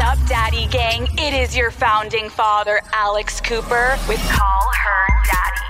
up, Daddy Gang? It is your founding father, Alex Cooper, with Call Her Daddy.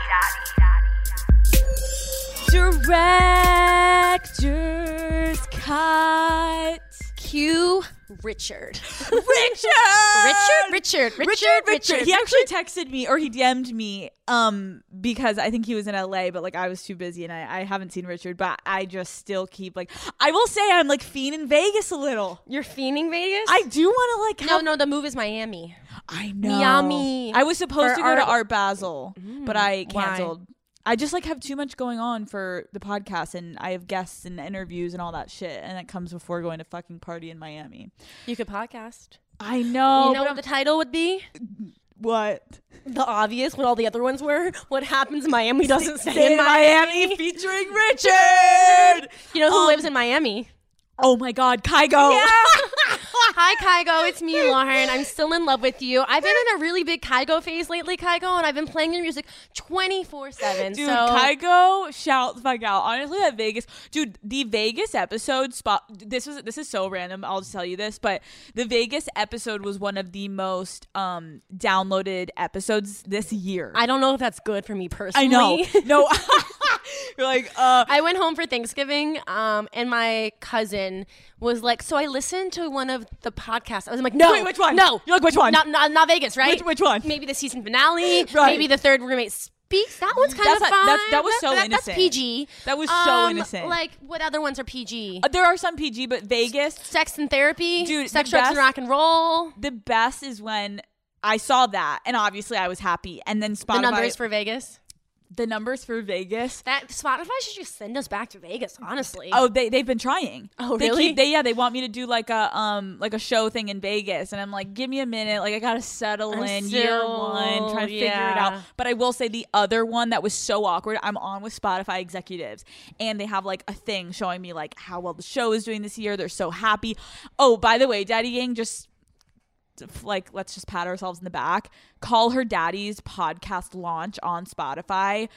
Director's cut. Q. Richard. Richard. Richard. Richard. Richard. Richard, Richard. He actually texted me or he DM'd me um because I think he was in LA, but like I was too busy and I, I haven't seen Richard, but I just still keep like I will say I'm like fiend in Vegas a little. You're fiending Vegas? I do want to like no, have, no, the move is Miami. I know Miami. I was supposed For to go to art- Art Basel, but I why? canceled. I just like have too much going on for the podcast and I have guests and interviews and all that shit and that comes before going to fucking party in Miami. You could podcast. I know, you know what but the title would be? I'm- what? Oh, The obvious, what all the other ones were. What happens in Miami doesn't stay, Stay in Miami. featuring Richard. You know who Um, lives in Miami? Oh my God, Kygo. Hi, Kygo. It's me, Lauren. I'm still in love with you. I've been in a really big Kygo phase lately, Kygo, and I've been playing your music 24 7. Dude, so, Kygo, shout the fuck out. Honestly, that Vegas, dude, the Vegas episode spot. This was this is so random. I'll just tell you this, but the Vegas episode was one of the most um downloaded episodes this year. I don't know if that's good for me personally. I know. no, you're like, uh, I went home for Thanksgiving, um, and my cousin was like, "So I listened to one of the podcasts." I was like, "No, Wait, which one? No, You're like, which one? Not, not, not Vegas, right? Which- which one? Maybe the season finale. Right. Maybe the third roommate speaks. That one's kind That's of not- fun. that's- that was so innocent. That's PG. That was so innocent. Like, what other ones are PG? there are some PG, but Vegas, Sex and therapy, Dude, Sex, the drugs, and best- rock and roll. the best is when. I saw that, and obviously I was happy. And then Spotify, The numbers for Vegas. the numbers for Vegas, That Spotify should just send us back to Vegas. Honestly. Oh, they they've been trying. Oh, They really? keep, they yeah, they want me to do like a um like a show thing in Vegas, and I'm like, give me a minute. Like I gotta settle I'm in year still- one, trying to figure it yeah. out. But I will say the other one that was so awkward. I'm on with Spotify executives, and they have like a thing showing me like how well the show is doing this year. They're so happy. Oh, by the way, Daddy Yang just like let's just pat ourselves in the back. Call her daddy's podcast launch on Spotify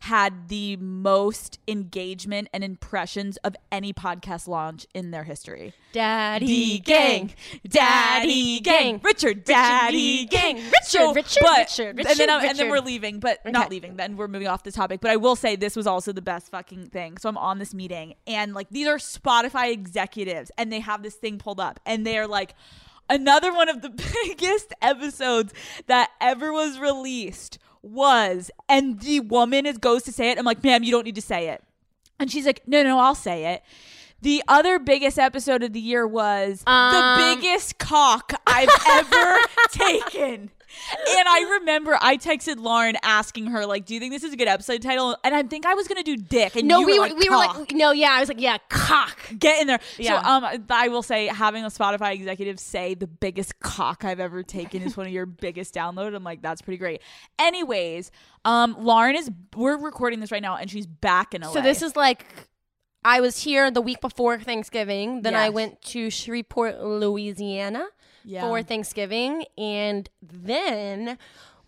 had the most engagement and impressions of any podcast launch in their history. Daddy gang, Daddy gang, Richard, Daddy D. Gang. gang, Richard, Richard, Richard, and then, Richard, I'm- and then Richard. we're leaving, but not Okay. leaving. Then we're moving off the topic. But I will say this was also the best fucking thing. So I'm on this meeting, and like these are Spotify executives, and they have this thing pulled up, and they are like. Another one of the biggest episodes that ever was released was, and the woman is goes to say it. I'm like, ma'am, you don't need to say it. And she's like, no, no, I'll say it. The other biggest episode of the year was the Um. biggest cock I've ever taken. And I remember I texted Lauren asking her, like, do you think this is a good episode title? And I think I was going to do dick. And no, you we were were, like, we were "Cock." like, no, yeah. I was like, yeah, cock. Get in there. Yeah. So um I will say having a Spotify executive say the biggest cock I've ever taken is one of your biggest download. I'm like, that's pretty great. Anyways, um Lauren is we're recording this right now and she's back in LA. So this is like I was here the week before Thanksgiving. Then I Yes. went to Shreveport, Louisiana Yeah. for Thanksgiving. And then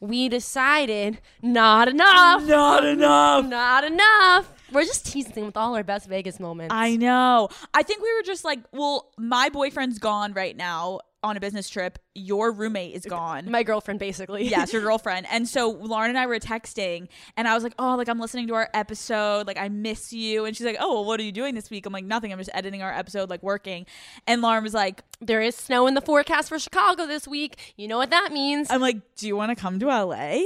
we decided not enough. not enough. Not enough. We're just teasing with all our best Vegas moments. I know. I think we were just like, well, my boyfriend's gone right now on a business trip. Your roommate is gone. My girlfriend basically. yes, your girlfriend. And so Lauren and I were texting, and I was like, oh, like I'm listening to our episode. Like I miss you. And she's like, oh, well, what are you doing this week? I'm like, nothing. I'm just editing our episode, like working. And Lauren was like, There is snow in the forecast for Chicago this week. You know what that means. I'm like, do you want to come to LA?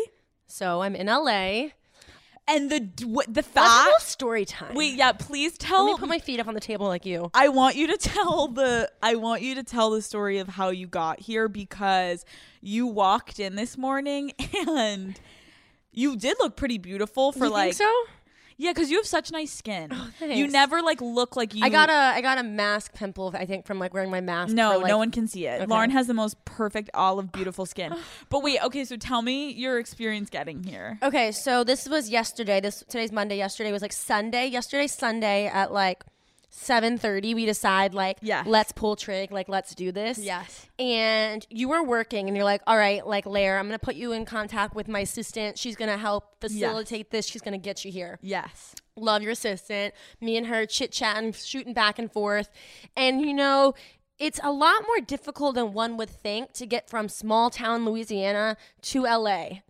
so I'm in LA. And the d- what the Let's have a little fact. story time. Wait, yeah, please Let tell me put my feet up on the table like you. I want you to tell the I want you to tell the story of how you got here because you walked in this morning and you did look pretty beautiful for you like think so? Oh, yeah because you have such nice skin. you thanks. never like look like you. I got a I got a mask pimple. I think from like wearing my mask. Mm. no for, like- no one can see it. Lauren has the most perfect olive beautiful skin. but wait okay so tell me your experience getting here. Okay, so this was yesterday. This today's Monday. Yesterday was like Sunday. Yesterday Sunday at like seven thirty. We decide like Yes. let's pull trig. Like let's do this. Yes. And you were working, and you're like, all right, like Lair, I'm gonna put you in contact with my assistant. She's gonna help facilitate this. She's gonna get you here. Yes. love your assistant. Me and her chit chatting, shooting back and forth. And you know, it's a lot more difficult than one would think to get from small town Louisiana to LA.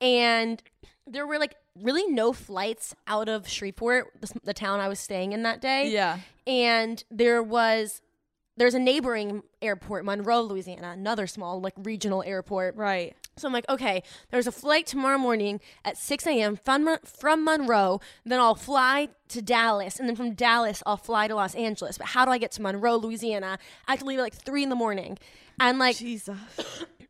And there were like really no flights out of Shreveport, the, s- the town I was staying in that day. Yeah. And there was there's a neighboring airport, Monroe, Louisiana, another small like regional airport. Right. So I'm like, okay, there's a flight tomorrow morning at 6 a.m. from from Monroe. Then I'll fly to Dallas, and then from Dallas I'll fly to Los Angeles. But how do I get to Monroe, Louisiana? I have to leave at like three in the morning, and like Jesus.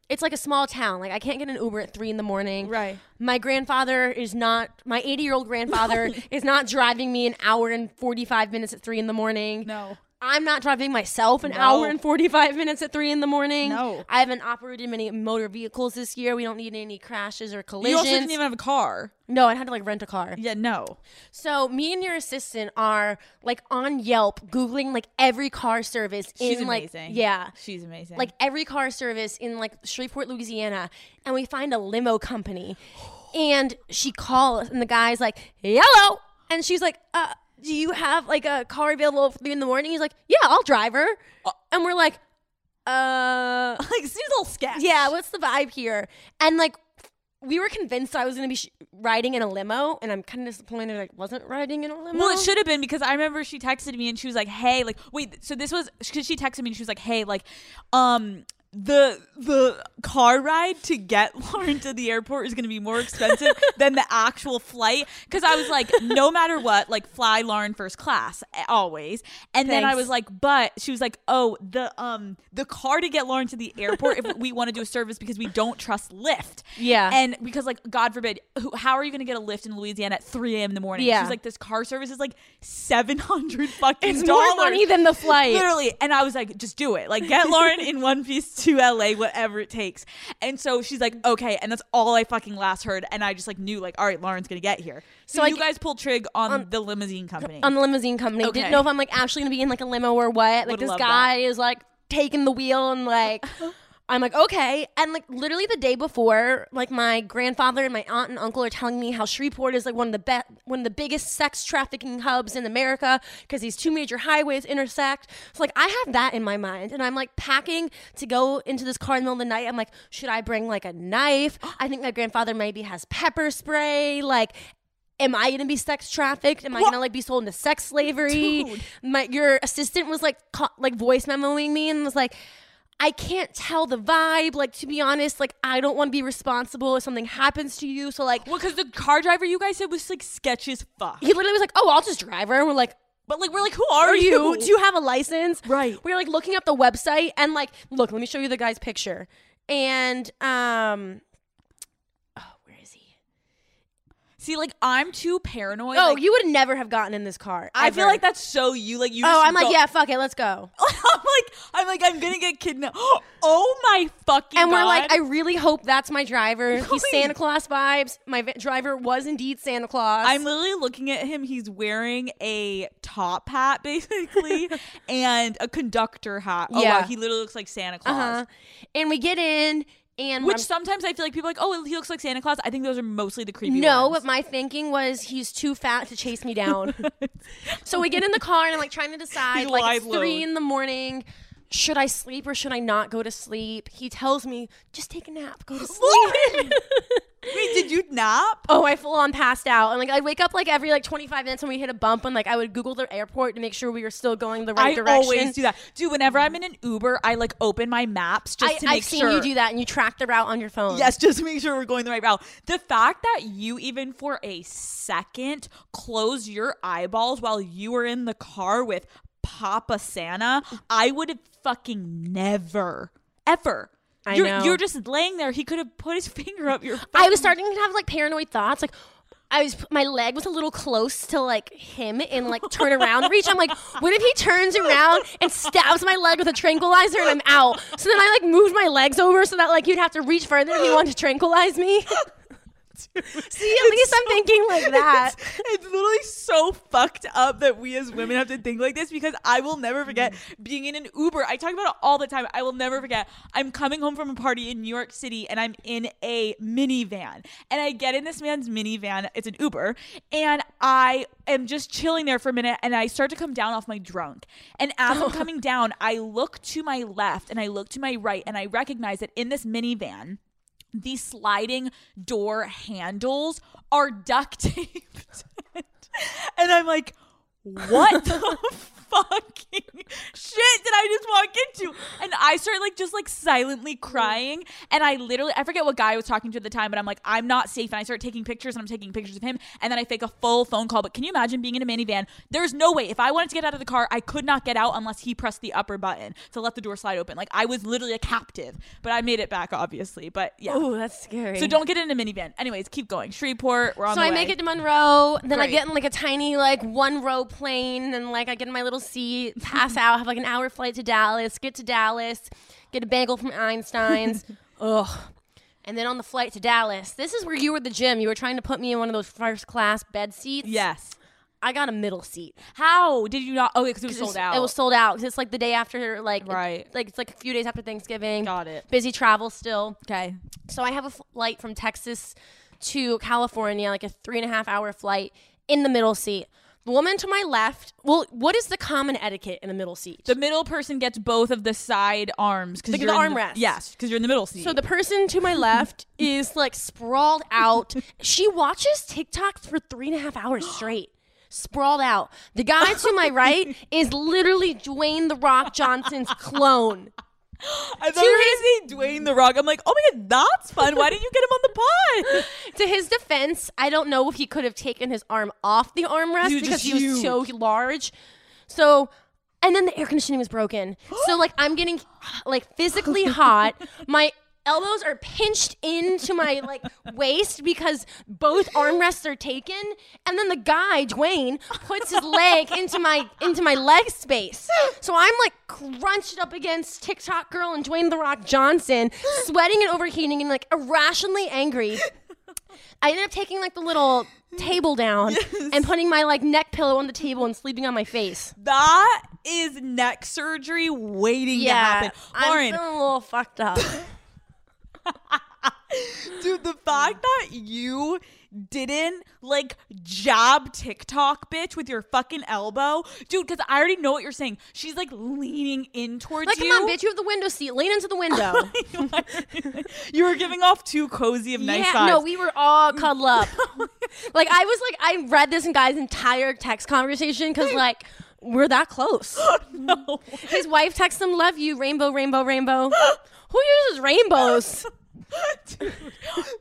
it's like a small town. Like I can't get an Uber at three in the morning. Right. My grandfather is not. My 80 year old grandfather is not driving me an hour and 45 minutes at three in the morning. No. I'm not driving myself an No. hour and 45 minutes at 3 in the morning. No. I haven't operated many motor vehicles this year. We don't need any crashes or You also collisions. didn't even have a car. no, I had to like rent a car. Yeah. No. So, me and your assistant are like on Yelp Googling like every car service She's in like amazing. yeah. She's amazing. Like every car service in like Shreveport, Louisiana, and we find a limo company. And she calls and the guy's like, "Hello." And she's like, "Uh, do you have like a car available for 3 in the morning?" He's like, "Yeah, I'll drive her." And we're like, "Uh, like seems a little sketch. yeah, what's the vibe here?" And like we were convinced I was going to be sh- riding in a limo, and I'm kind of disappointed I wasn't riding in a limo. Well, it should have been because I remember she texted me and she was like, "Hey, like, wait." So this was because she texted me and she was like, "Hey, like, um, the the car ride to get Lauren to the airport is going to be more expensive than the actual flight." Because I was like, "No matter what, like, fly Lauren first class eh, always." And then I Thanks. was like, "But she was like, oh, the um the car to get Lauren to the airport if we want to do a service because we don't trust Lyft." Yeah. and because like God forbid, who, how are you going to get a Lyft in Louisiana at 3 a.m. in the morning? morning. Yeah. She was like, this car service is like seven hundred fucking it's dollars. more money than the flight. Literally. And I was like, just do it. Like, get Lauren in one piece to LA, whatever it takes. And so she's like, okay. And that's all I fucking last heard. And I just like knew, like, all right, Lauren's gonna get here. So, So I you g- guys pulled trig on the limousine company. on the limousine company. Okay. Didn't know if I'm like actually gonna be in like a limo or what. Like Would this love guy is like taking the wheel and like I'm like okay. And like literally the day before, like my grandfather and my aunt and uncle are telling me how Shreveport is like one of the best, one of the biggest sex trafficking hubs in America because these two major highways intersect. So like I have that in my mind, and I'm like packing to go into this car in the middle of the night. I'm like, should I bring like a knife? I think my grandfather maybe has pepper spray. Like am I gonna be sex trafficked? Am I gonna like be sold into sex slavery? Dude. My your assistant was like ca- like voice memoing me and was like. I can't tell the vibe. Like, to be honest, like, I don't want to be responsible if something happens to you. So, like, well, because the car driver you guys said was like sketch as fuck. he literally was like, oh, I'll just drive her. And we're like, But like, we're like, who are, are you? Do you have a license? Right. We were like looking up the website and like, look, let me show you the guy's picture. And, um, oh, where is he? See, like, I'm too paranoid. Oh, Like, you would never have gotten in this car. I feel ever. like that's so you. Like, you. Oh, just I'm like, don't- yeah, fuck it, let's go. I'm like, I'm like, I'm gonna get kidnapped. oh my fucking. And we're God. like, I really hope that's my driver. He's Really? Santa Claus vibes. My v- driver was indeed Santa Claus. I'm literally looking at him. He's wearing a top hat, basically, and a conductor hat. Oh, Yeah. wow. He literally looks like Santa Claus. uh-huh. And we get in, and Which I'm- sometimes I feel like people are like, oh, he looks like Santa Claus. I think those are mostly the creepy no, ones. but my thinking was he's too fat to chase me down. so we get in the car, and I'm like trying to decide. He's Like it's live load. three in the morning. Should I sleep or should I not go to sleep? He tells me, just take a nap, go to sleep. Wait, did you nap? Oh, I full on passed out. And like I wake up like every like 25 minutes when we hit a bump and like I would Google the airport to make sure we were still going the right I direction. always do that. Dude, whenever I'm in an Uber, I like open my maps just I, to make I've seen sure. you do that and you track the route on your phone. Yes, just to make sure we're going the right route. The fact that you even for a second closed your eyeballs while you were in the car with Papa Santa, I would have fucking never, ever. I you're, know. you're just laying there. He could have put his finger up your. I was starting to have like paranoid thoughts. Like I was, my leg was a little close to like him in like turn around reach. I'm like, what if he turns around and stabs my leg with a tranquilizer and I'm out? So then I like moved my legs over so that like you'd have to reach further if you wanted to tranquilize me. See, at least I'm thinking like that. It's, it's literally so fucked up that we as women have to think like this because I will never forget being in an Uber. I talk about it all the time. I will never forget. I'm coming home from a party in New York City and I'm in a minivan. And I get in this man's minivan. It's an Uber. And I am just chilling there for a minute and I start to come down off my drunk. And as I'm coming down, I look to my left and I look to my right and I recognize that in this minivan, the sliding door handles are duct taped. and I'm like, what the fucking shit did I just walk into? And I start like just like silently crying. And I literally, I forget what guy I was talking to at the time, but I'm like, I'm not safe. And I start taking pictures and I'm taking pictures of him. And then I fake a full phone call. But can you imagine being in a minivan? There's no way. If I wanted to get out of the car, I could not get out unless he pressed the upper button to let the door slide open. Like I was literally a captive, but I made it back, obviously. But yeah. Oh, that's scary. So don't get in a minivan. Anyways, keep going. Shreveport, we're on So the I way. make it to Monroe, then I Great. get in like a tiny like one row plane, and like I get in my little seat, pass out, have like an hour flight to Dallas, get to Dallas, get a bagel from Einstein's, ugh. And then on the flight to Dallas, this is where you were at the gym. You were trying to put me in one of those first class bed seats. Yes. I got a middle seat. How did you not? Oh, because it was sold It's- out. It was sold out because it's like the day after, like Right. like it's like a few days after Thanksgiving. Got it. Busy travel still. okay. So I have a flight from Texas to California, like a three and a half hour flight in the middle seat. The woman to my left. Well, what is the common etiquette in the middle seat? The middle person gets both of the side arms because Like you're the in armrest. Yes, because you're in the middle seat. so the person to my left is like sprawled out. She watches TikToks for three and a half hours straight. Sprawled out. The guy to my right is literally Dwayne the Rock Johnson's clone. I thought you were gonna say Dwayne the Rock. I'm like, oh my god, that's fun. Why didn't you get him on the pod? To his defense, I don't know if he could have taken his arm off the armrest Dude, because just he was huge. so large. So, and then the air conditioning was broken. so, like, I'm getting like physically hot. My elbows are pinched into my like waist because both armrests are taken and then the guy Dwayne puts his leg into my into my leg space so I'm like crunched up against TikTok girl and Dwayne the Rock Johnson sweating and overheating and like irrationally angry I ended up taking like the little table down and putting my like neck pillow on the table and sleeping on my face. That is neck surgery waiting to happen. Lauren, I'm feeling a little fucked up. dude, the fact that you didn't like job TikTok bitch with your fucking elbow, dude, because I already know what you're saying. She's like leaning in towards like, come you. on, bitch, you have the window seat. Lean into the window. you were giving off too cozy of nice yeah, vibes. no, we were all cuddled up. like I was like, I read this guy's entire text conversation because like we're that close. no. His wife texts him, "Love you, rainbow, rainbow, rainbow." Who uses rainbows? Dude,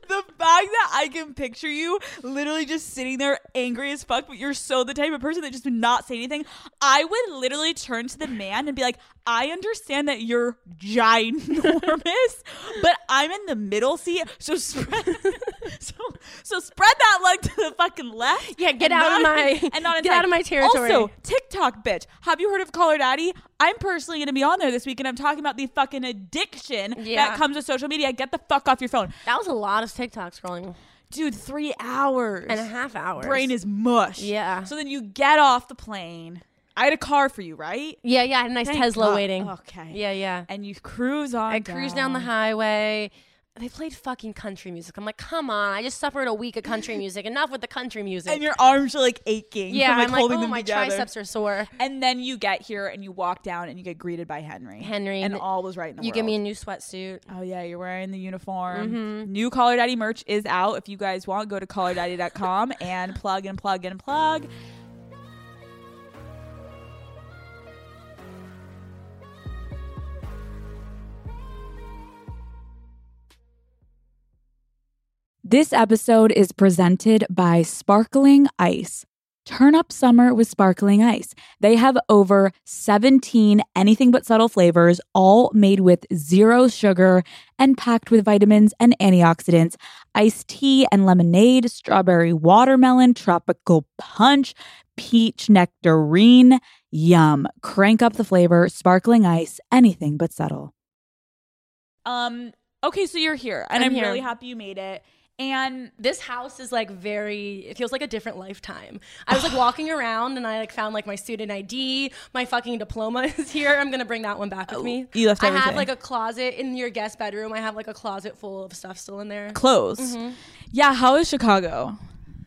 the fact that I can picture you literally just sitting there angry as fuck, but you're so the type of person that just would not say anything. I would literally turn to the man and be like, I understand that you're ginormous, but I'm in the middle seat, so spread so, so spread that leg to the fucking left. Yeah, get and out of not- my- and not get out inside. of my territory. Also, TikTok bitch. Have you heard of Caller Daddy? I'm personally gonna be on there this week and I'm talking about the fucking addiction Yeah. that comes with social media. Get the fuck off your phone. That was a lot of TikTok scrolling Dude, three hours. and a half hours. brain is mush. Yeah. So then you get off the plane. I had a car for you, right? yeah, yeah. I had a nice Thank Tesla God. waiting. Okay. Yeah, yeah. And you cruise on. I cruised down the highway. They played fucking country music. I'm like, come on! I just suffered a week of country music. Enough with the country music. And your arms are like aching. yeah, from, like, I'm like, holding oh, them my together. triceps are sore. And then you get here and you walk down and you get greeted by Henry. Henry, And th- all was right in the You give me a world. new sweatsuit. Oh yeah, you're wearing the uniform. New Caller Daddy merch is out. If you guys want, go to collerdaddy.com and plug and plug and plug. This episode is presented by Sparkling Ice. Turn up summer with Sparkling Ice. They have over 17 anything but subtle flavors, all made with zero sugar and packed with vitamins and antioxidants. Iced tea and lemonade, strawberry watermelon, tropical punch, peach nectarine. Yum. Crank up the flavor, Sparkling Ice, anything but subtle. Um. Okay, so you're here, and I'm, I'm here. really happy you made it. And this house is like very it feels like a different lifetime i was like walking around and i like found like my student id my fucking diploma is here i'm gonna bring that one back with me you left i everything. have like a closet in your guest bedroom i have like a closet full of stuff still in there clothes. Mm-hmm. Yeah, how is Chicago?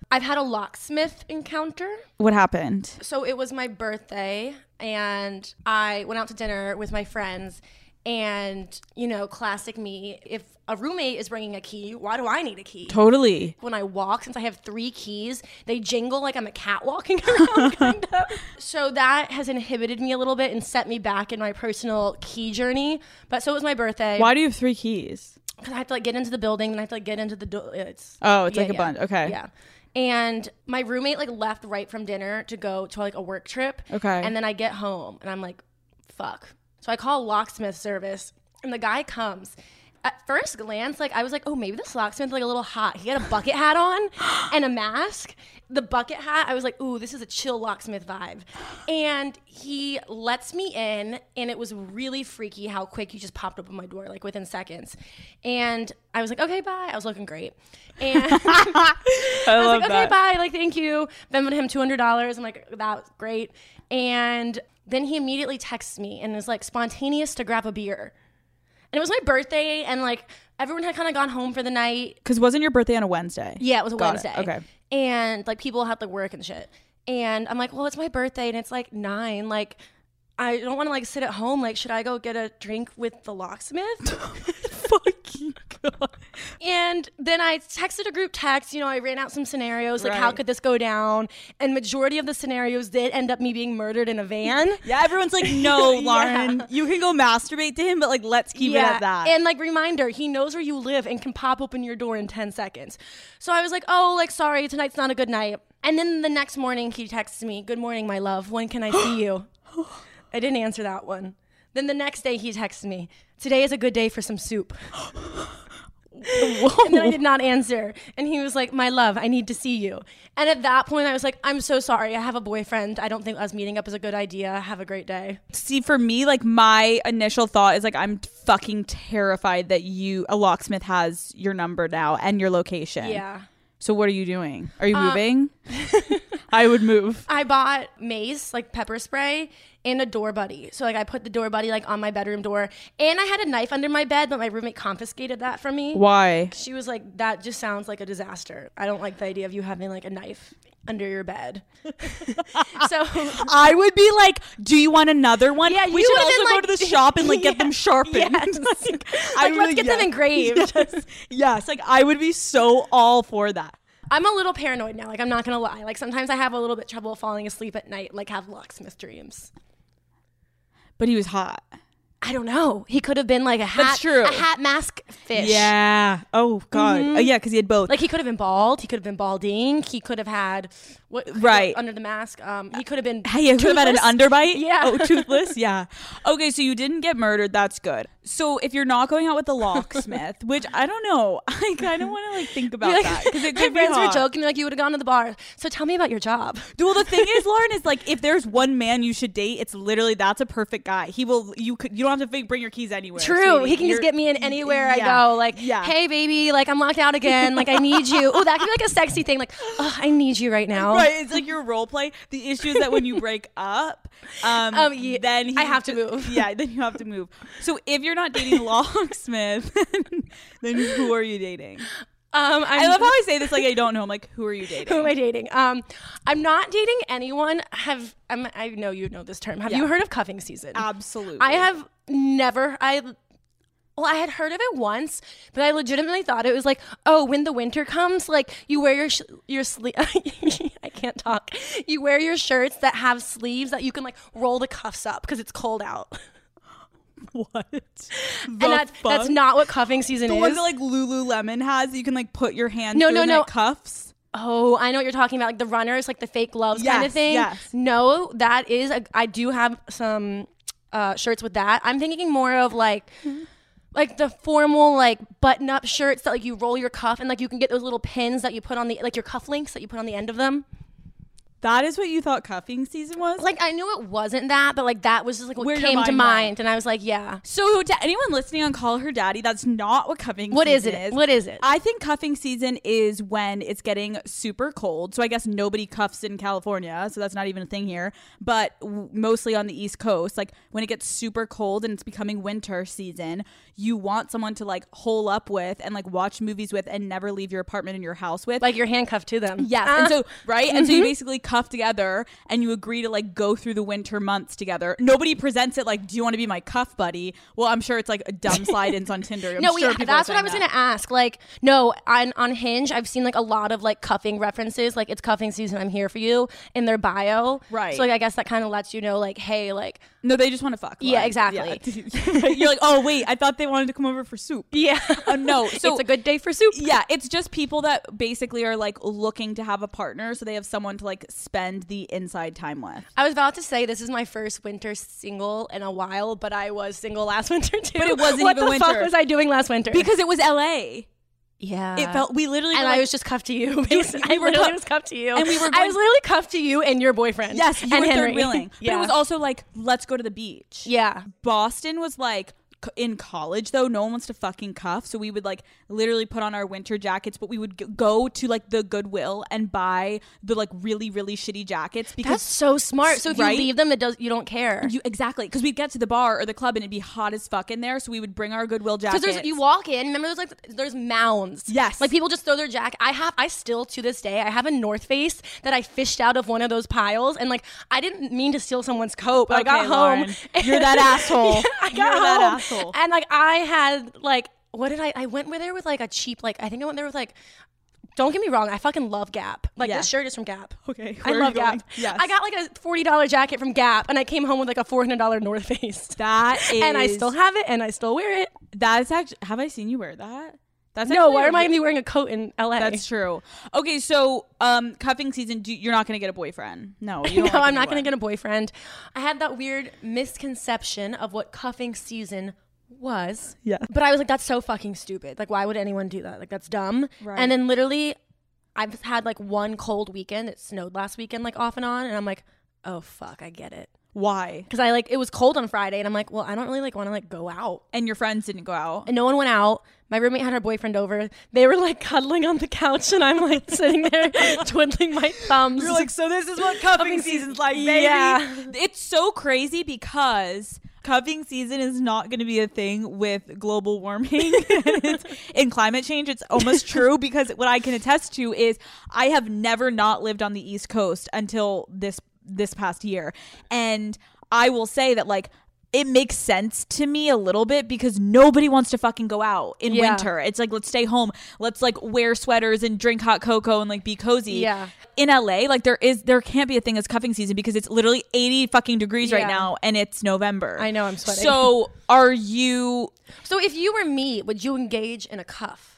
i've had a locksmith encounter What happened? so it was my birthday and i went out to dinner with my friends and you know classic me if a roommate is bringing a key why do i need a key Totally. when I walk, since I have three keys, they jingle like I'm a cat walking around, kind of. So that has inhibited me a little bit and set me back in my personal key journey. But so it was my birthday. Why do you have three keys? 'Cause I have to like get into the building and I have to like get into the door. It's Oh, it's Yeah, like a yeah. bunch. Okay. yeah. And my roommate like left right from dinner to go to like a work trip. Okay. And then I get home and I'm like, fuck. So I call locksmith service and the guy comes. At first glance, like I was like, oh, maybe this locksmith's like a little hot. He had a bucket hat on and a mask. The bucket hat, I was like, ooh, this is a chill locksmith vibe. And he lets me in, and it was really freaky how quick he just popped open my door, like within seconds. And I was like, okay, bye. I was looking great. And I, I love was like, that. okay, bye. Like, thank you. Venmoed him two hundred dollars. I'm like, that was great. And then he immediately texts me and is like, spontaneous to grab a beer. And it was my birthday, and like everyone had kind of gone home for the night. Because wasn't your birthday on a Wednesday? Yeah, it was a Got it. Wednesday. Okay. And like people had to work and shit. And I'm like, well, it's my birthday, and it's like nine. Like, I don't want to like sit at home. Like, should I go get a drink with the locksmith? Fucking Oh God. And then I texted a group text. You know, I ran out some scenarios like how Right. could this go down? And majority of the scenarios did end up me being murdered in a van. Yeah, everyone's like, no, Yeah. Lauren, you can go masturbate to him, but like, let's keep it at that. And like reminder, he knows where you live and can pop open your door in 10 seconds. So I was like, "Oh, like sorry, tonight's not a good night." And then the next morning he texts me, "Good morning, my love. When can I see you?" I didn't answer that one. Then the next day he texts me, "Today is a good day for some soup." And then I did not answer. And he was like, My love, I need to see you. And at that point, I was like, I'm so sorry. I have a boyfriend. I don't think us meeting up is a good idea. Have a great day. See, for me, like, my initial thought is like, I'm fucking terrified that you, a locksmith, has your number now and your location. Yeah. Uh, So what are you doing? Are you moving? I would move. I bought mace, like pepper spray, and a door buddy. So like I put the door buddy like on my bedroom door. And I had a knife under my bed, but my roommate confiscated that from me. Why? She was like, That just sounds like a disaster. I don't like the idea of you having like a knife under your bed. so I would be like, do you want another one? Yeah, we you should would've also been go like- to the shop and like get Yeah. them sharpened. Yes. Like, Like, would let's be get them engraved. Yes. yes, like I would be so all for that. I'm a little paranoid now. Like I'm not gonna lie. Like sometimes I have a little bit trouble falling asleep at night. Like have locksmith dreams. But he was hot. I don't know. He could have been like a hat. true. A hat mask fish. Yeah. Oh God. Oh, yeah, because he had both. Mm-hmm. Like he could have been bald. He could have been balding. He could have had what Right. under the mask. Um, he could have been. Hey, you could have had an toothless. underbite. Yeah. Oh, toothless. Yeah. Okay, so you didn't get murdered. That's good. So if you're not going out with the locksmith, which I don't know, I kind of want to like think about Like, that because it my could be friends were hot. joking. Like you would have gone to the bar. So tell me about your job. Well, the thing is, Lauren is like, if there's one man you should date, it's literally that's a perfect guy. He will. You could. You don't have to fig- bring your keys anywhere. True. sweetie. He can You're- just get me in anywhere Yeah. I go. Like, Yeah. hey, baby, like I'm locked out again. Like I need you. Oh, that could be like a sexy thing. Like, oh, I need you right now. Right, it's like your role play. The issue is that when you break up, um, Um, ye- then he I have to just- move. Yeah, then you have to move. So if you're not dating locksmith, then who are you dating? Um, I'm, I love how I say this like I don't know. I'm like, who are you dating? Who am I dating? Um, I'm not dating anyone. Have I'm, I know you know this term? Have Yeah. you heard of cuffing season? Absolutely. I have never. I well, I had heard of it once, but I legitimately thought it was like, oh, when the winter comes, like you wear your sh- your sleeve. I can't talk. You wear your shirts that have sleeves that you can like roll the cuffs up because it's cold out. what? and and that's that's not what cuffing season the is. one that like Lululemon has. that You can like put your hand. No, through no, and no. it Cuffs. Oh, I know what you're talking about, like the runners, like the fake gloves kind Yes, of thing. yes. No, that is. A, I do have some uh, shirts with that. I'm thinking more of like, like the formal like button-up shirts that like you roll your cuff and like you can get those little pins that you put on the like your cufflinks that you put on the end of them. That is what you thought cuffing season was? Like I knew it wasn't that, but like that was just like what Where your came to mind mind, and I was like, yeah. so to anyone listening on Call Her Daddy, that's not what cuffing What is season it? What is it? I think cuffing season is when it's getting super cold. So I guess nobody cuffs in California, so that's not even a thing here. But w- mostly on the East Coast, like when it gets super cold and it's becoming winter season, you want someone to like hole up with and like watch movies with and never leave your apartment and your house with. like you're handcuffed to them. Yes. And so, right? And so mm-hmm. you basically cuff together and you agree to like go through the winter months together. Nobody presents it like, do you want to be my cuff buddy? Well, I'm sure it's like a dumb slide ins on Tinder. I'm no, sure we, people that's are what I saying was that. gonna ask. Like, no, on on Hinge, I've seen like a lot of like cuffing references. Like, it's cuffing season. I'm here for you in their bio. Right. So like, I guess that kind of lets you know, like, hey, like, No, they just want to fuck. Yeah, Lauren. exactly. Yeah. You're like, oh, wait, I thought they wanted to come over for soup. yeah, Uh, no, so it's a good day for soup. yeah, it's just people that basically are like looking to have a partner so they have someone to like spend the inside time with. I was about to say this is my first winter single in a while, but I was single last winter too. But it wasn't what even the winter. fuck was I doing last winter? Because it was LA. yeah, It felt we literally And were like, I was just cuffed to you. basically. we I were literally cuff- was cuffed to you. and we were I going- was literally cuffed to you and your boyfriend. Yes, you and were Henry. third wheeling. But Yeah. it was also like, let's go to the beach. yeah. Boston was like c- in college though no one wants to fucking cuff so we would like literally put on our winter jackets but we would g- go to like the goodwill and buy the like really really shitty jackets because That's so smart. So if Right? you leave them, it does. You don't care you exactly because we'd get to the bar or the club and it'd be hot as fuck in there so we would bring our goodwill because jackets there's you walk in. Remember, there's like there's mounds. Yes. like people just throw their jacket. I have. I still to this day I have a North Face that I fished out of one of those piles, and like I didn't mean to steal someone's coat, but I got Okay, home. Lauren. You're that asshole. I got You're home, that asshole. and like I had like what did I? I went with there with like a cheap like I think I went there with like. Don't get me wrong, I fucking love Gap. Like Yeah. this shirt is from Gap. Okay, I where are love you going? Gap. Yes. I got like a forty dollar jacket from Gap, and I came home with like a four hundred dollar North Face. that is and I still have it, and I still wear it. that's actually have I seen you wear that that's No, actually why a am I re- gonna be wearing a coat in LA? that's true okay so um cuffing season do, you're not gonna get a boyfriend no you don't no, like I'm not gonna anyone. get a boyfriend. I had that weird misconception of what cuffing season was. Yeah. But I was like, that's so fucking stupid. Like, why would anyone do that? Like, that's dumb. Right. And then literally, I've had like one cold weekend. It snowed last weekend, like off and on, and I'm like, oh fuck, I get it. why Because I like it was cold on Friday, and I'm like, well, I don't really like want to like go out. and your friends didn't go out and no one went out. My roommate had her boyfriend over. They were like cuddling on the couch, and I'm like sitting there twiddling my thumbs. You're like, so this is what cuffing season's like, baby. Yeah. It's so crazy because cuffing season is not going to be a thing with global warming and climate change. It's almost true because what I can attest to is I have never not lived on the East Coast until this this past year, and I will say that like. It makes sense to me a little bit because nobody wants to fucking go out in Yeah. winter. It's like let's stay home. Let's like wear sweaters and drink hot cocoa and like be cozy. Yeah. In LA, like there is there can't be a thing as cuffing season because it's literally 80 fucking degrees right Yeah. now and it's November. I know, I'm sweating. So, are you so if you were me, would you engage in a cuff?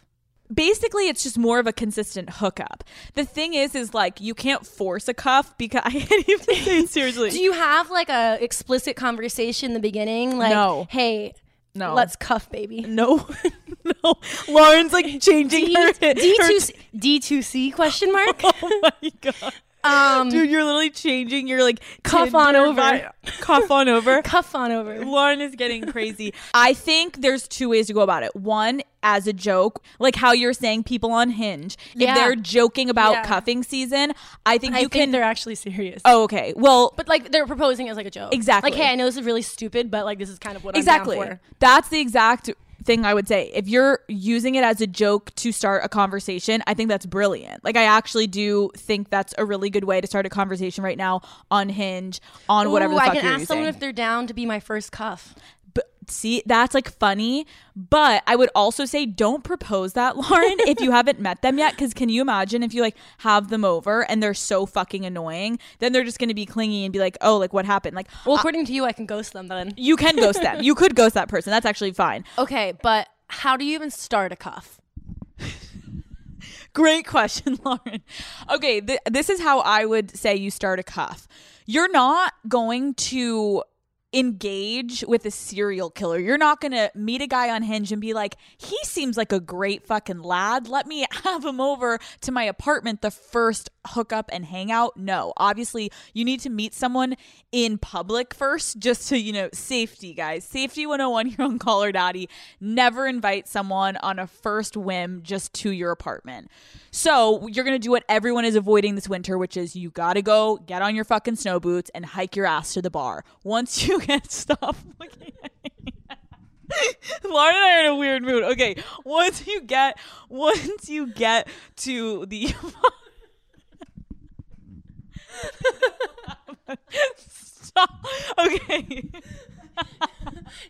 basically it's just more of a consistent hookup. The thing is is like you can't force a cuff because I can't even say it seriously. Do you have like a explicit conversation in the beginning? Like, No. hey, No. let's cuff, baby. no. no. Lauren's like changing D her her- two D two C question mark? Oh my god. Um, Dude, you're literally changing your like Cuff on Tinder over. vi- cuff on over. cuff on over. Lauren is getting crazy. I think there's two ways to go about it. One, as a joke, like how you're saying people on Hinge, Yeah. if they're joking about Yeah. cuffing season, I think I you think can. they're actually serious. Oh, okay. Well, But like they're proposing as like a joke. Exactly. Like, hey, I know this is really stupid, but like this is kind of what exactly. I'm down for. That's the exact thing I would say. If you're using it as a joke to start a conversation, I think that's brilliant. Like I actually do think that's a really good way to start a conversation right now on Hinge, on whatever Ooh, the fuck I can you're ask someone using. if they're down to be my first cuff. but see that's like funny but i would also say don't propose that lauren if you haven't met them yet because can you imagine if you like have them over and they're so fucking annoying then they're just gonna be clingy and be like oh like what happened like Well, according to you, I can ghost them then. you can ghost them you could ghost that person that's actually fine Okay, but how do you even start a cuff? Great question, Lauren. Okay, th- this is how I would say you start a cuff. You're not going to engage with a serial killer. You're not going to meet a guy on Hinge and be like, he seems like a great fucking lad. Let me have him over to my apartment the first hook up and hang out. No, obviously you need to meet someone in public first, just to you know safety, guys. Safety 101 here on Caller Dottie. Never invite someone on a first whim just to your apartment. So you're gonna do what everyone is avoiding this winter, which is you gotta go get on your fucking snow boots and hike your ass to the bar. Once you get stop looking at me. Lauren and I are in a weird mood. Okay, once you get once you get to the stop. Okay,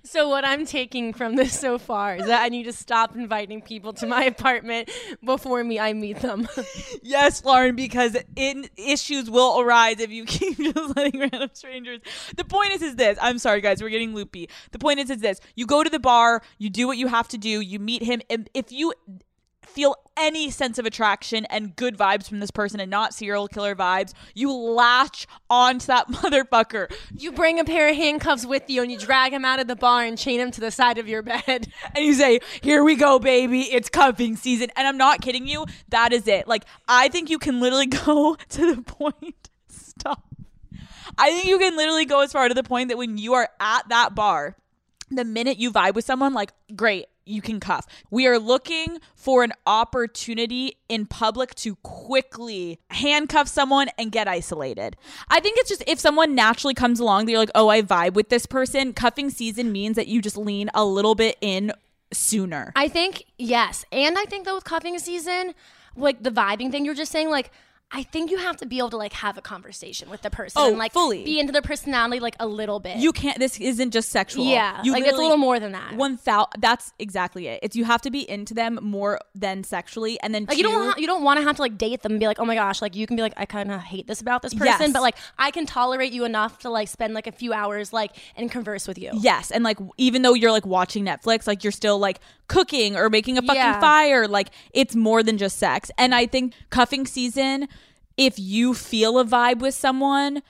So what I'm taking from this so far is that I need to stop inviting people to my apartment before me I meet them. yes, Lauren, because in issues will arise if you keep just letting random strangers. The point is, is this. I'm sorry, guys, we're getting loopy. The point is, is this. You go to the bar, you do what you have to do, you meet him. and If you feel any sense of attraction and good vibes from this person and not serial killer vibes, you latch onto that motherfucker. you bring a pair of handcuffs with you and you drag him out of the bar and chain him to the side of your bed. and you say, "Here we go, baby! It's cuffing season." And I'm not kidding you. That is it. Like I think you can literally go to the point. Stop. I think you can literally go as far to the point that when you are at that bar, the minute you vibe with someone, like great. You can cuff. We are looking for an opportunity in public to quickly handcuff someone and get isolated. I think it's just if someone naturally comes along that you're like, oh, I vibe with this person, cuffing season means that you just lean a little bit in sooner. I think yes, and I think though with cuffing season, like the vibing thing you were just saying, like I think you have to be able to like have a conversation with the person Oh, and like fully. be into their personality like a little bit. you can't this isn't just sexual Yeah, you like, it's a literally- little more than that. one thousand that's exactly it it's you have to be into them more than sexually and then like you don't two- want, you don't want to have to like date them and be like oh my gosh like you can be like I kind of hate this about this person Yes. but like I can tolerate you enough to like spend like a few hours like and converse with you. Yes, and like even though you're like watching Netflix, like you're still like cooking or making a fucking Yeah. fire, like it's more than just sex. And I think cuffing season, if you feel a vibe with someone,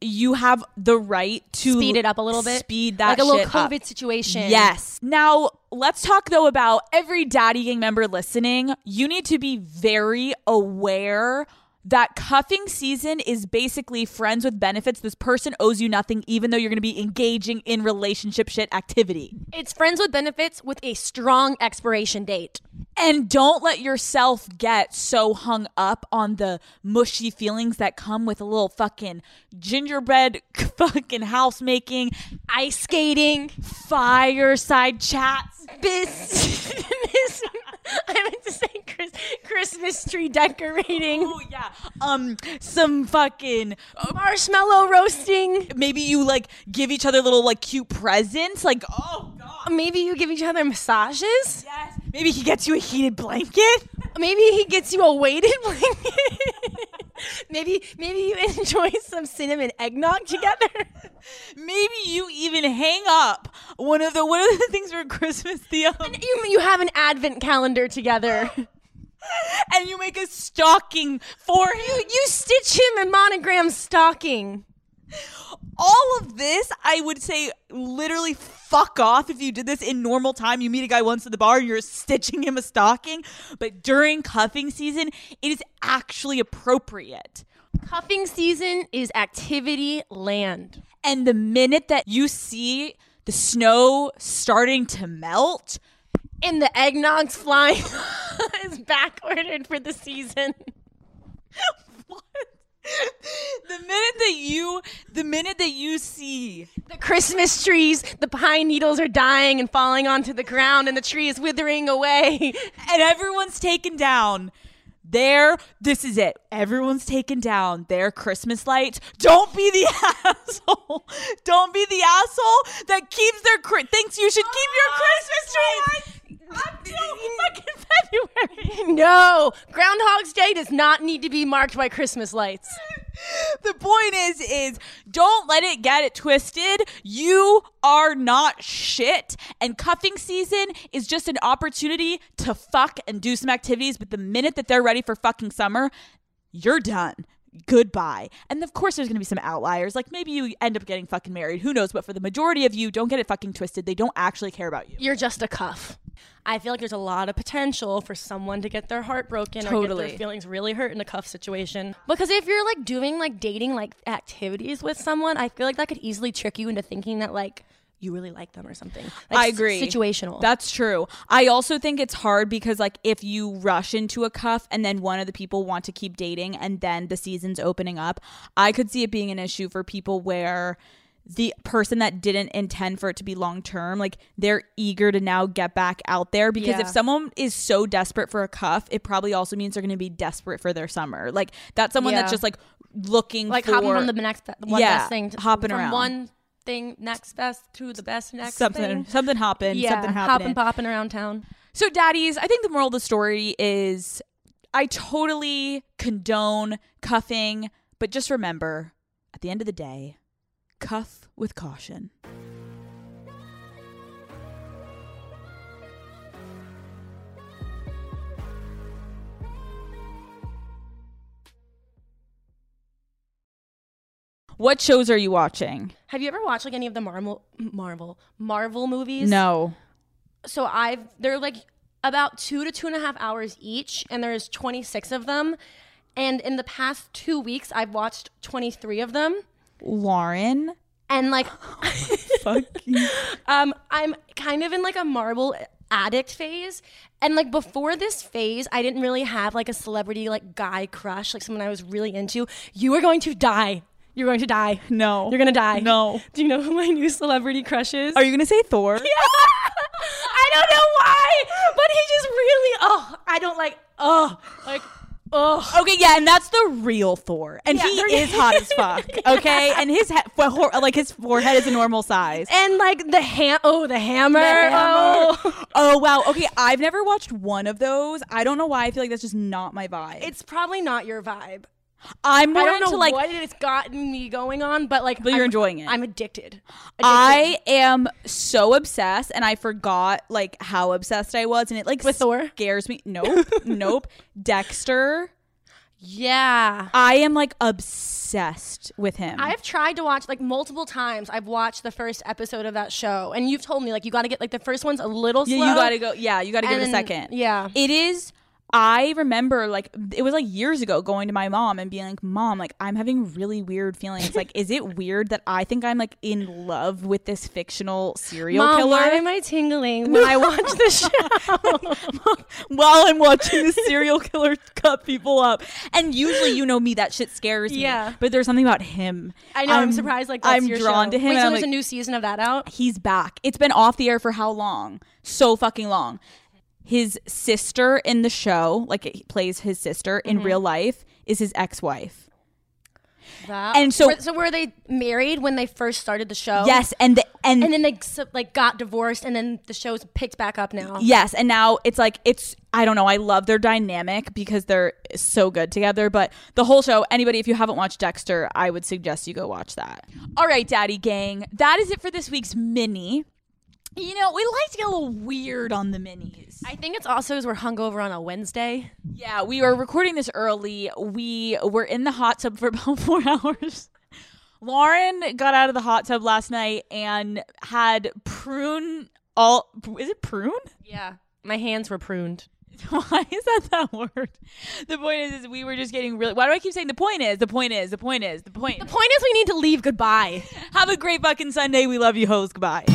you have the right to Speed it up a little bit. Speed that like a little shit up. COVID situation. Yes. Now, let's talk though about every Daddy Gang member listening. You need to be very aware that cuffing season is basically friends with benefits. This person owes you nothing, even though you're going to be engaging in relationship shit activity. It's friends with benefits with a strong expiration date. And don't let yourself get so hung up on the mushy feelings that come with a little fucking gingerbread fucking house making, Ice skating. fireside chats. Bis- mis- I meant to say Chris- Christmas tree decorating, Oh yeah. Um some fucking Oh. marshmallow roasting. maybe you like give each other little like cute presents like oh god Maybe you give each other massages. yes maybe he gets you a heated blanket Maybe he gets you a weighted blanket. maybe maybe you enjoy some cinnamon eggnog together. maybe you even hang up one of the one of the things for christmas the um, You you have an advent calendar together. and you make a stocking for him You stitch him a monogram stocking. all of this i would say literally fuck off if you did this in normal time you meet a guy once at the bar and you're stitching him a stocking but during cuffing season it is actually appropriate Cuffing season is activity land. And the minute that you see the snow starting to melt, And the eggnog's flying is back ordered for the season. what? the minute that you the minute that you see The Christmas trees, the pine needles are dying and falling onto the ground, and the tree is withering away. and everyone's taken down there this is it everyone's taken down their christmas lights don't be the asshole don't be the asshole that keeps their Chri- thinks you should keep your christmas tree up till fucking february No, Groundhog's Day does not need to be marked by Christmas lights. the point is is don't let it get it twisted you are not shit and cuffing season is just an opportunity to fuck and do some activities but the minute that they're ready for fucking summer you're done goodbye and of course there's going to be some outliers like maybe you end up getting fucking married who knows but for the majority of you don't get it fucking twisted they don't actually care about you You're just a cuff. I feel like there's a lot of potential for someone to get their heart broken or get Totally. their feelings really hurt in a cuff situation. Because if you're like doing like dating like activities with someone, I feel like that could easily trick you into thinking that like you really like them or something. Like, I s- agree. Situational. That's true. I also think it's hard because like if you rush into a cuff and then one of the people want to keep dating and then the season's opening up, I could see it being an issue for people where the person that didn't intend for it to be long term, like they're eager to now get back out there because if Yeah. someone is so desperate for a cuff, it probably also means they're going to be desperate for their summer. Like that's someone Yeah. that's just like looking like for hopping from the next be- one Yeah, best thing to, hopping from around. one thing next best to the best next something thing. something hopping yeah, something happening hopping, popping around town. So, daddies, I think the moral of the story is I totally condone cuffing, but just remember at the end of the day, cuff with caution. What shows are you watching? Have you ever watched like any of the Marvel Marvel Marvel movies? No. So I've they're like about two to two and a half hours each, and there's 26 of them. And in the past two weeks, I've watched 23 of them, Lauren? and like Fuck you. um, I'm kind of in like a Marvel addict phase. And like before this phase, I didn't really have like a celebrity like guy crush, like someone I was really into. You are going to die. You're going to die. No. You're gonna die. No. Do you know who my new celebrity crush is? Are you going to say Thor? I don't know why, but he just really oh, I don't like oh, like oh. Okay, yeah, and that's the real Thor, and Yeah, he they're- is hot as fuck. Okay, and his he- for- hor- like his forehead is a normal size. And like the ham oh, the hammer. hammer. Oh. Oh wow, okay, I've never watched one of those. I don't know why. I feel like that's just not my vibe. It's probably not your vibe. I'm more I don't into know like what it's gotten me going on, but like But you're I'm- enjoying it. I'm addicted. I am so obsessed, and I forgot like how obsessed I was, and it like With Thor? scares me. Nope, nope. Dexter, Yeah. I am like obsessed with him. I've tried to watch like multiple times. I've watched the first episode of that show, and you've told me like you got to get like the first one's a little Yeah, slow. you gotta go. Yeah, you gotta give it a And- second. yeah. it is. I remember like it was like years ago going to my mom and being like, "Mom, like I'm having really weird feelings. Like, is it weird that I think I'm like in love with this fictional serial Mom, killer why am I tingling when I watch the show? while I'm watching this serial killer cut people up?" And usually, you know me, that shit scares me. Yeah. but there's something about him. I know. I'm, Um, surprised. Like that's I'm your drawn show. to him. Wait, and so I'm there's like, a new season of that out. he's back. It's been off the air for how long? So fucking long. His sister in the show, like he plays his sister in Mm-hmm. real life, is his ex-wife. And so- Were- so were they married when they first started the show? Yes, and the and, Oh. And then they s- like got divorced, and then the show's picked back up now. yes, and now it's like it's I don't know. I love their dynamic because they're so good together. But the whole show, anybody, if you haven't watched Dexter, I would suggest you go watch that. All right, Daddy Gang, that is it for this week's mini. You know, we like to get a little weird on the minis. I think it's also as we're hungover on a Wednesday. Yeah, we were recording this early. We were in the hot tub for about four hours. Lauren got out of the hot tub last night and had prune all. Is it prune? Yeah, my hands were pruned. Why is that that word? The point is, is we were just getting really. Why do I keep saying the point is? The point is. The point is. The point. The point is, we need to leave. Goodbye. Have a great fucking Sunday. We love you, hoes. Goodbye.